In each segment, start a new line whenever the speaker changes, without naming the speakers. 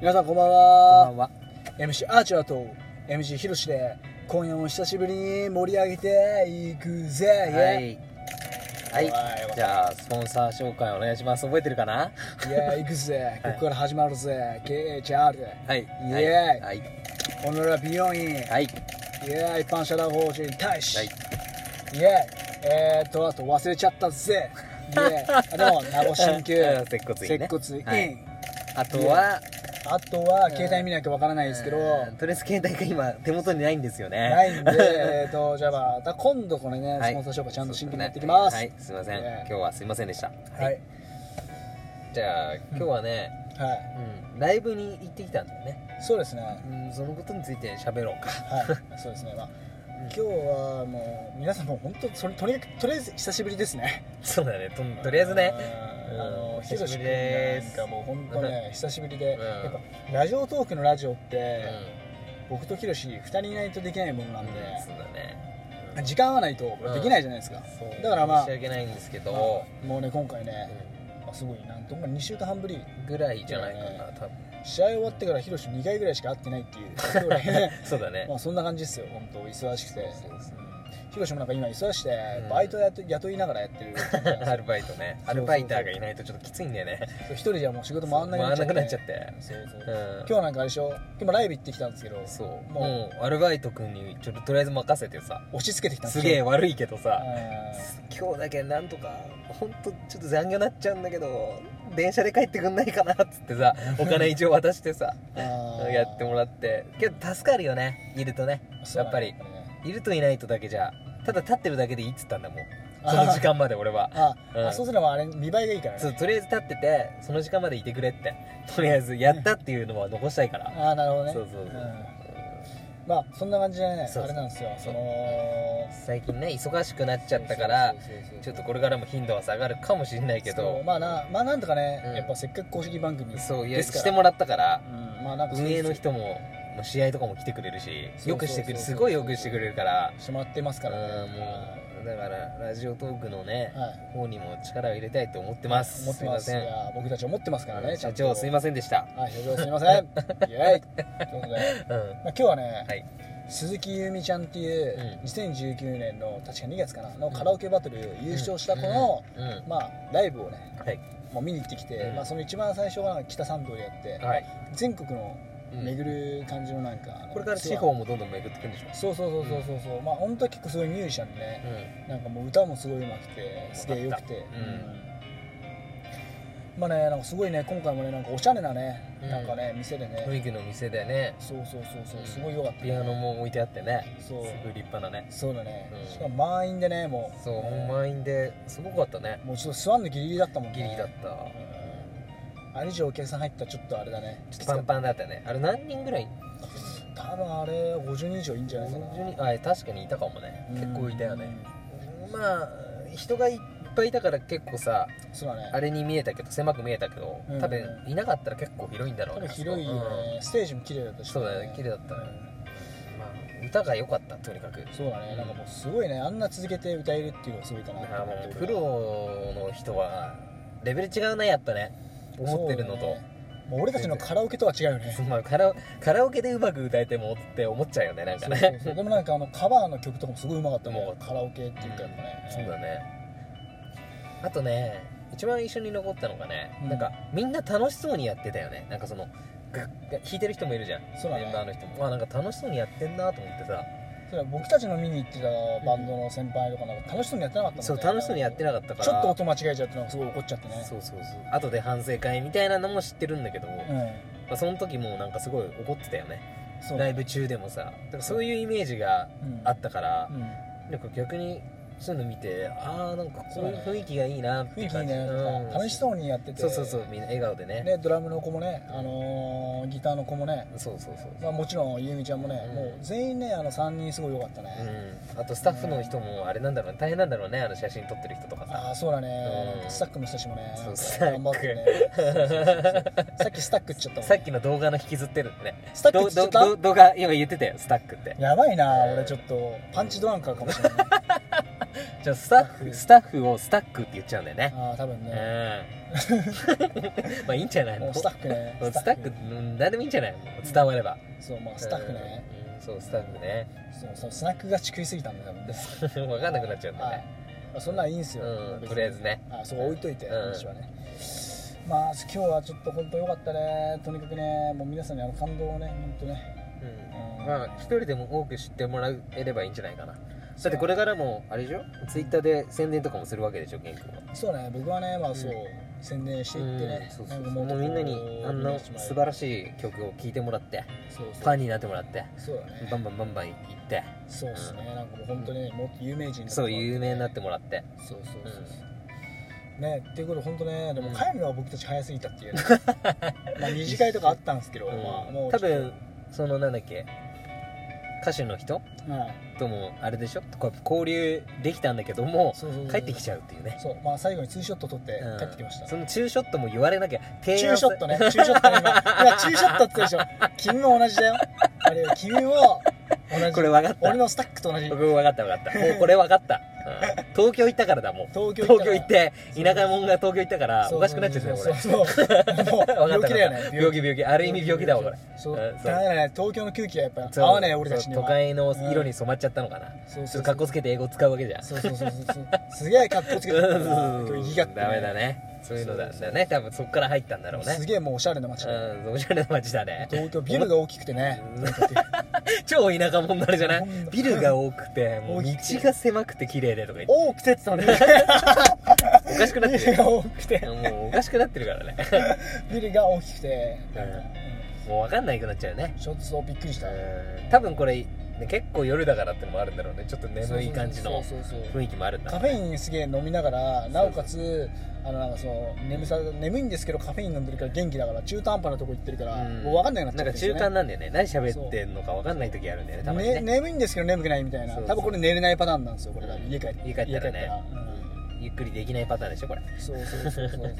皆さんこんばん
こんば
は
んは。
MC アーチャーと MC ひろしで今夜も久しぶりに盛り上げていくぜ、
は
イ
い。はい
はいわ。
じゃあ、スポンサー紹介お願いします。覚えてるかな
ェイイェイいくぜここから始まるぜ KHR
はい。
イエーイ
はい。
オノラ美容院イェ
はい。
イ一般社団法人大使、
はい。
イェイえーっとあと忘れちゃったぜイェイ あでも名護鍼灸
うん接骨院ね
接骨院、
はいあとは、
あとは携帯見ないとわからないですけど、
うんとりあえず携帯が今、手元にないんですよね。
ない んで、えー、とじゃあまた今度これね、
はい
スポンサー紹介ちゃんと真剣にやっていきます。
はい。すいません。
え
今日はすいませんでした。
ーはい。
じゃあ、今日はね、
はい。
うん、ライブに行ってきたんだよね。
そうです ね。
うん、そのことについて喋ろうか。
はい。そうですね。まあ、今日はもう、皆さんもう本当、それ、とにかく、とりあえず久しぶりですね。
そうだね。ととりあえずね。
うん。あの、
久し
ひろ
ぶりで
し君
す
なんかもう本当ね、久しぶりで、
うん
やっぱ、ラジオトークのラジオって、
う
僕とひろし二人いないとできないものなん
ん。
で、
そうだね。
時間はないとできないじゃないですか。
そう
だからまあ
申し訳ないんですけど、
もうね、今回ね、
う
まあすごい、なんと、まあ、2週間半ぶり。
んぐらいじゃないかな、 多分。
試合終わってからヒロシ2回ぐらいしか会ってない っていうぐらいね
そうだね
ま。あそんな感じですよ本当忙しくて
そうですね
ヒロシもなんか今忙しくて
うん
バイトやって雇いながらやってる
アルバイト
そ
ね
うそうそう
アルバイターがいないとちょっときついんだよね
そう一人じゃもう仕事回んなく
回
なっ
ら
ちゃっ
な
て
くなっちゃって
そうそう
う
今
ん
日はなんかあれでしょ今日ライブ行ってきたんですけど
そう
もう
もうアルバイト君にちょっととりあえず任せてさ
押し付けてきたんですよ
げえ悪いけど
う
さ
ん
今日だけなんとか本当ちょっと残業なっちゃうんだけど電車で帰ってくんないかなっつって さお金一応渡してさ
あー
やってもらってけど助かるよねいるとね
そう
やっぱり
なんだね
いるといないとだけじゃただ立ってるだけでいいっつったんだもん
あ
その時間まで俺は
あ
うん
あそうすればあれ見栄えがいいから
そ
ね
うとりあえず立っててその時間までいてくれってとりあえずやったっていうのは残したいから
ああなるほどね
そうそうそう
うんまあそんな感じでね
そうそう
あれなんですよその
最近ね忙しくなっちゃったから
そうそうそうそう
ちょっとこれからも頻度は下がるかもしれないけ
そう
ど
まあなまあなんとかね、
うん
やっぱせっかく公式番組
そういや
ですから
してもらったから
うんまあなんか
運営の人ももう試合とかも来てくれるし
そう
よくしてくれる
そうそう
すごいよくしてくれるから
してもらってます
う
か
ん
らね
もうだからラジオトークのね
はい
方にも力を入れたいと思ってます
思ってます
すい
い
ま
や僕たち思ってますから
せん
ね
社長すいませんでした
せんはい社長すい ませんイエイということで、
うん
まあ、今日はね、
はい
鈴木ゆみちゃんっていう、
う
2019年の確か2月かなのカラオケバトル優勝した子の、
うんうん
まあライブをね
はい
もう見に行ってきて、
うん
まあ、その一番最初は北参道でやって、
はい
全国の
うん
巡る感じのなんか、あの
これから
ツアー
地方もどんどん巡ってくるんでしょ
そうそうそうそうそうそう、まあ本当は結構すごいミュージシャンでね、なんかもう歌もすごいうまくてすげえ良くて、
よかったうん
まあねなんかすごいね今回もねなんかおしゃれなね、
うん
なんかね店で
うん、雰
ね
囲気の店でね
そうそうそうそううんすごい良かった、ね、
ピアノも置いてあってねす
そ
ご
う
い立派なね
そうだね、
うん
しかも満員でねもう
そうもう満員ですごかったね
もうちょっと座んのギリギリだったもんね
ギリギリだった
あれ以上お客さん入ったらちょっとあれだね
ちょっとパンパンだったねあれ何人ぐらい
多分あれ50人以上いいんじゃないかな
40人あ確かにいたかもね結構いたよねまあ人がいっぱいいたから結構さ
うんそうだね
あれに見えたけど狭く見えたけど
うん
多分いなかったら結構広いんだろ
多
うね
分広いよね、ステージも綺麗だった
あ
し、
そこそうだね綺麗だったねまあ歌が良かったとにかく
そうだね、
うん
なんかもうすごいねあんな続けて歌えるっていうのがすごいかな
ああもうプ
俺は
ロの人はレベル違うねやっぱね思ってるの
そう
と
だねもう俺たちのカラオケとは違うよ ね
まあ、カラオカラオケでうまく歌えてもって思っちゃうよねなんか
そうそう
ね
そうでもなんかあのカバーの曲とかもすごいうまかった
う
も
ま
ん
か
カラオケっていうかやっぱね
そうだねあとね一番一緒に残ったのがね、
うん
なんかみんな楽しそうにやってたよねなんかそのグッグッ弾いてる人もいるじゃん
そうだね
メンバーの人もまあなんか楽しそうにやってんなと思ってさ、
それは僕たちの見に行ってたバンドの先輩とかなんか楽しそうにやってなかったもんね
そう楽しそうにやってなかったから
ちょっと音間違えちゃってなんかすごい怒っちゃってね
そうそうそう後で反省会みたいなのも知ってるんだけど、ま
う
あ、その時もなんかすごい怒ってたよね
んそう
ライブ中でもさだからそういうイメージがあったから
う、ん
なんか逆にそういうの見てああなんかこういう雰囲気がいいなって
雰囲気いい
感じ
ねなんか楽しそうにやってて
そうそうそうみんな笑顔でね
ねドラムの子もねあのーギターの子もね
そうそうそう
まあ、もちろんゆみちゃんもね、
うん
もう全員ねあの3人すごい良かった
う
ね、
んあとスタッフの人もあれなんだろうね大変なんだろうねあの写真撮ってる人とか
あ
さ
あそうだね
う、ん
なんかスタックの人たちもね
そう
なんか
スタック
頑張ってねさっきスタックっちゃったもん
さっきの動画の引きずってるってね
スタック
ど
っちゃっ
ど
た
ど動画今言ってたよスタックって
やばいな俺ちょっとパンチドランカーかもしれない
じゃあスタッフスタッフをスタックって言っちゃうんだよね
ああ多分
うん
ね、
まあいいんじゃない
も
の
うスタッフね
うんスタックうん何でもいいんじゃないの伝われば
そうまあスタッフね、
うんそうスタッフね
そうそうスナックがち食いすぎたんだよ多分ね
分かんなくなっちゃうんだね
まあそんなんいいんすよ、
うん
別に
とりあえずね
あそこ置いといて、
うん
話はねまあ今日はちょっと本当良かったねとにかくねもう皆さんにあの感動をね本当ね
うんまあ一人でも多く知ってもらえればいいんじゃないかなだってこれからもあれでしょツイッターで宣伝とかもするわけでしょ玄君は
そうね僕はねまあそう、
う
宣伝していってね、
うんそうそう
な
そ
か
うも
こ
うみんなにあんな素晴らしい曲を聴いてもらって
そう
フ
そ
ァ
う
ンになってもらって
そうだね
バンバンバンバン行って
そうっすね、なんかもう本当にねもっと有名人になっても
そ
らって
う
ね
有名になってもらって
そうそうそうそう、ねっていうことで本当ねでも
うん
帰るのは僕たち早すぎたっていう、 ねまあ二次会とかあったんですけど、まあもう
多分そのなんだっけ歌手の人
はい
ともあれでしょこう交流できたんだけども
そうそうそう
帰ってきちゃうっていうね
そうまあ最後にツーショット撮って
うん
帰ってきました、
そのツーショットも言われなきゃ提
チュー
案
ショットね、チューショットね、今、今チューショットって言ったでしょ。君も同じだよ。あれよ、君も同じ。
これ分かった
俺のスタックと同じ。
僕分かった分か ったもうこれ分かった、うん東京行ったからだもう
東京行った
東京行って田舎者が東京行ったから
そう
おかしくなっちゃうねこ
そ
れ
うそうそう。もう
分
病
かった
気だよね。
病気病気ある意味病気だわこれ
そう。
うんそう
ダメだね、東京の空気がやっぱ
そう
合わねえ俺たちには。
そう都会の色に染まっちゃったのかな、
そう
ち
そ
ょ
う
っとかっこつけて英語使うわけじゃん
そうそうそうそうそう。すげえ格好つけてる
うん
これギガってね
ダメだねそういうのだ
そうそう
だね多分そっから入ったんだろうね
すげえもうおしゃれな街だよ
うんおしゃれな街だね
東京ビルが大きくてね。
超田舎者になるじゃない
うん
ビルが多くてもう道
大きくて
が狭くて綺麗でとか言って
多くてって言ってた
おかしくなっ
ね。ビ
て
ル
る
が多くて。
よもうおかしくなってるからね
ビルが大きくて。なんか
うもう分かんないくなっちゃうね
ちょっとそうびっくりした。
うん多分これね結構夜だからってのもあるんだろうねちょっと眠い感じの
そうそうそう
雰囲気もあるんだ
カフェインすげえ飲みながらなおかつあのなんかその眠さ眠いんですけどカフェイン飲んでるから元気だから中途半端なとこ行ってるから、
うん
もう分かんなくなっちゃっ
なん
て
か
るんですよ
中
ね
間なんだよね何喋ってんのか分かんない時あるんだよねたまに
ね
ね
眠いんですけど眠くないみたいな
そうそう
多分これ寝れないパターンなんですよこれ多分家帰って
家帰ったら
家帰
ねゆっくりできないパターンでしょこれ
うんそうそうそうそうそうそうね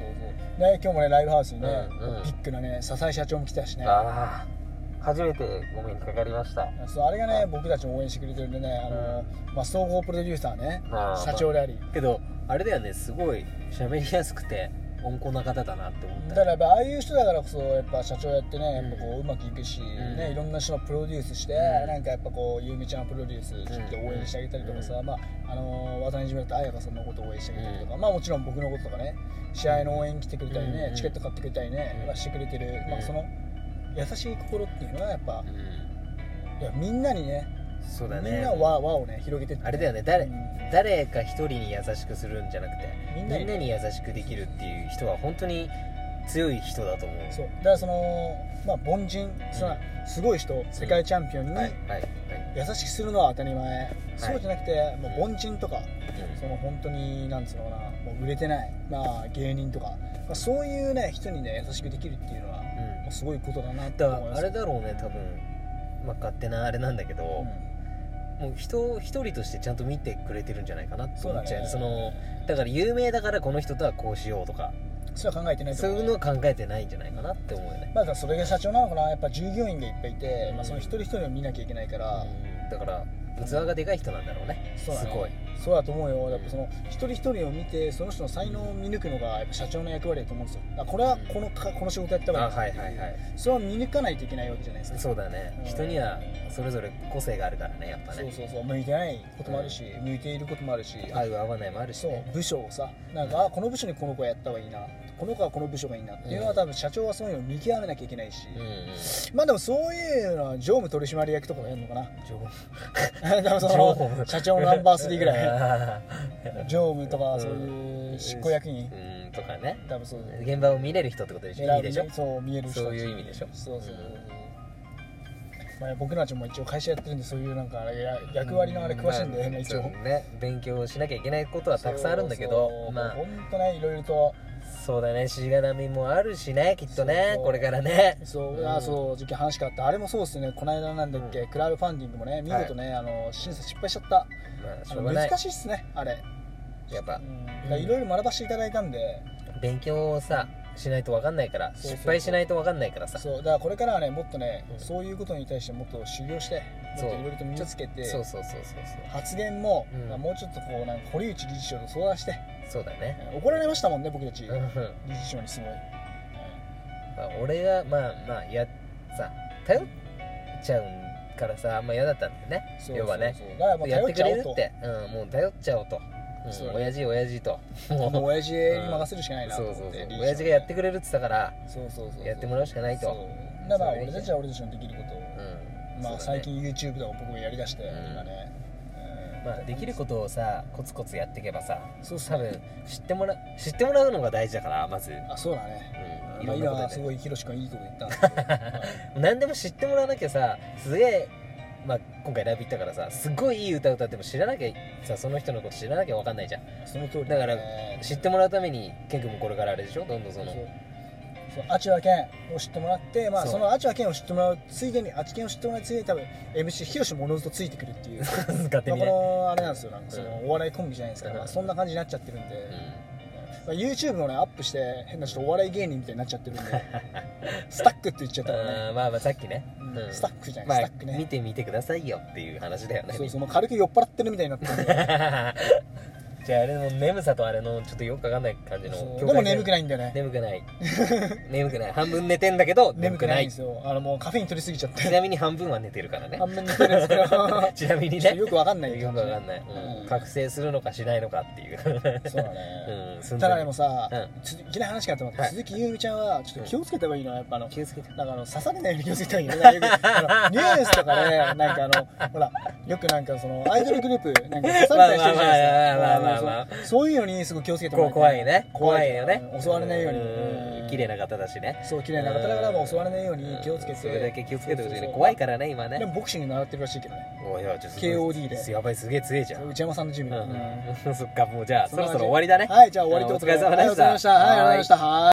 今日もねライブハウスにね、
うんうん
ビッグなね笹井社長も来たしね
ああ初めてごめんかかりました
そうあれがね僕たちも応援してくれてるんでねあの、まあ、総合プロデューサーね
あー
社長であり、
けどあれだよねすごい喋りやすくて温厚な方だなって思っ
だ
た
からやっぱああいう人だからこそやっぱ社長やってねやっぱこううまくいくし、
ん
ねいろんな人のプロデュースして、
うん
なんかやっぱこうゆうみちゃんのプロデュースちょっと応援してあげたりとかさ、まああのー渡辺島だって彩香さんのことを応援してあげたりとか、まあもちろん僕のこととかね試合の応援来てくれたりね、
うん
チケット買ってくれたりね、
うん
まあしてくれてる、ま
う
あ
ん
その優しい心っていうのはやっぱ、
うん
いやみんなにね
そうだね
みんな輪輪をね広げてって
あれだよね誰
うん
誰か一人に優しくするんじゃなくて
み
み
ん
ん
な
な
に
に優しくできるっていう人は本当に強い人だと思う
そうだからそのまあ凡人、そのすごい人世界チャンピオンに、
はいはいはい
優しくするのは当たり前、そうじゃなくてもう凡人とか、その本当になんつうのかなもう売れてない、まあ、芸人とか、まあ、そういうね人にね優しくできるっていうのは、も
うんうん
うすごいことだなって
だか
思いま
ら
す
あれだろうね多分まあ勝手なあれなんだけど、
うん
もう人を一人としてちゃんと見てくれてるんじゃないかなと思っちゃう
そ
そう
だね
のだから有名だからこの人とはこうしようとか
それは考えてないと
そう
思う
いうのは考えてないんじゃないかなって思うよね、
まあ、だからそれが社長なのかなやっぱ従業員がいっぱいいて、
うん
まあ、その一人一人を見なきゃいけないから、
うんだから器がでかい人なんだろうね
そうだね
すごい
そうだと思うよやっぱその一人一人を見てその人の才能を見抜くのがやっぱ社長の役割だと思うんですよだからこれはこのかこの仕事やった
あ
方がいい
はいはいはい
それは見抜かないといけないわけじゃないですか
そうだね、
うん
人にはそれぞれ個性があるからねやっぱ
そう
ね
そうそう向いてないこともあるし、向いていることもあるし、
合う合わないもあるし、
そう
ね、
部署をさなんか、あこの部署にこの子はやった方がいいなこの子はこの部署がいいなっていうのは多分社長はそういうのを見極めなきゃいけないし、
うんうん
まあでもそういうのは常務取締役とかがやるのか な多分そ
常
の
務
社長のナンバー3ぐらい
らい
常務とかそういう執行役員、
うんとかね
多分そう
現場を見れる人ってことでしょいいでしょ
そう見える人たち
そういう意味でしょ
そうそうそう、
うん
まあ、僕らちも一応会社やってるんでそういうなんかあれや役割のあれ詳しいんだよね、
まあ
一応
そうね勉強しなきゃいけないことはたくさんあるんだけどまあ
本当ねいろいろと
そうだねしがらみもあるしねきっとね
そうそう
これからね
そう、
うん
あそう時期話変わったあれもそうですねこの間なんだっけ、
う
クラウドファンディングもね見事ね、あの審査失敗しちゃった
まあし
あの
ょうがない
難しいっすねあれ
やっぱ
いろいろ学ばせていただいたんで
勉強をさしないと分かんないから
そうそうそう
失敗しないと分かんないからさ
そうだからこれからはねもっとね、
うん
そういうことに対してもっと修行して
そ
も
う
っといろいろと身につけて
そうそうそうそう
発言も、
うん
まあもうちょっとこうなんか堀内理事長と相談して、
そうそうだね
えー怒られましたもんね僕たち、
うんうん
理事長にすごい、
まあ俺がまあまあいやさ頼っちゃうからさあんま嫌だったんだよね
そう
要はね
そうそうだからもう
やっ
頼っ
てく
ちゃ
れ
お
る
うと
って、うん、もう頼っちゃおうと、うん
そうだね
親父親父と
もう
もう
親父に任せるしかないなと
そ
思
う
って
そうそ
理事
う
長
親父がやってくれるって言ったから
そうそうそうそう
やってもらうしかないと
そうだから
それいい
俺たちは俺たちのできることを、
うん
ま
そうだね
あ最近 YouTube とか僕もやりだして、
うん
今ね、うん
まあできることをさコツコツやっていけばさ
そうそ
多
う
分知ってもら知ってもらうのが大事だからまず、
あそうだね、
うん、い
まあ、
ろんな
今
こと
す
でね
ごいヒロシ君いいこと言ったん ですけど、
何でも知ってもらわなきゃさすげえまあ、今回ライブ行ったからさすごいいい歌歌っても知らなきゃさその人のこと知らなきゃ分かんないじゃん
その通り
だから
ね
知ってもらうためにケン君もこれからあれでしょどんどんその
そうそうアチュアケンを知ってもらって、まあ、
そう
そのアチュアケンを知ってもらうついでにアチケンを知ってもらうついでに多分 MC ヒロシもおのずとついてくるっていう、ま
勝手
あ、こ
にね、
のあれなんですよなんかその
う
お笑いコンビじゃないですか、
うん
まあ、そんな感じになっちゃってるんで、
う
まあ、YouTube もねアップして変な人お笑い芸人みたいになっちゃってるん でスタックって言っちゃったからね
ん、あーまあまあさっきね、
うん
うん
スタックじゃ
ま
ない、
あ
スタックね
見てみてくださいよっていう話だよね
そう そうもう軽く酔っ払ってるみたいになってるんで
じゃああれの眠さとあれのちょっとよくわかんない感じの
そう
境界線
でも眠くないんだよね
眠くない眠くない半分寝てんだけど
眠
眠
く
く
な
ない
ん
い
ですよあのもうカフェイン取りすぎちゃって
ちなみに半分は寝てるか らね
半分寝てるんですけど
ちなみに
ちょっ
ね
とよくわかんない
よくわかんない、
う
うんん、覚醒するのかしないのかっていう
そうだね、
うん寸
ただ
前
でもさ、
うん
ついきなり話変わってもらって、
はい
鈴木ゆうみちゃんはちょっと気をつけた方がいいのはやっぱあの
気をつけて
なんかあの刺されないように気をつけた方がいいよ ねなんかよくあのニュースとかでなんかあのほらよくなんかそのアイドルグループなんか刺されたりしてるじゃ
ま
な
あま
いで
あまあまあまあ
す
まあ
かそうそういうのにすごい気をつけても
こ
ら
う
いた
怖いね怖いよね
うん襲われないように
うん
うん
綺麗な方だしね
そう綺麗な方だからもう襲われないように気をつけて、
それだけ気をつけてほし
そ
い
うそう
ね
そう
怖いからね今ね
でもボクシング習ってるらしいけどね
おいおいちょっと
KOD です
やばいすげえ強いじゃん、
内山さんのジム
う
で、
ん
うん
うん、そっかもうじゃあそ
んな
ろ
感じ
そろ終わりだね
はいじゃあ終わりということ
あお疲れ様でした
はいお疲れ様でしたはい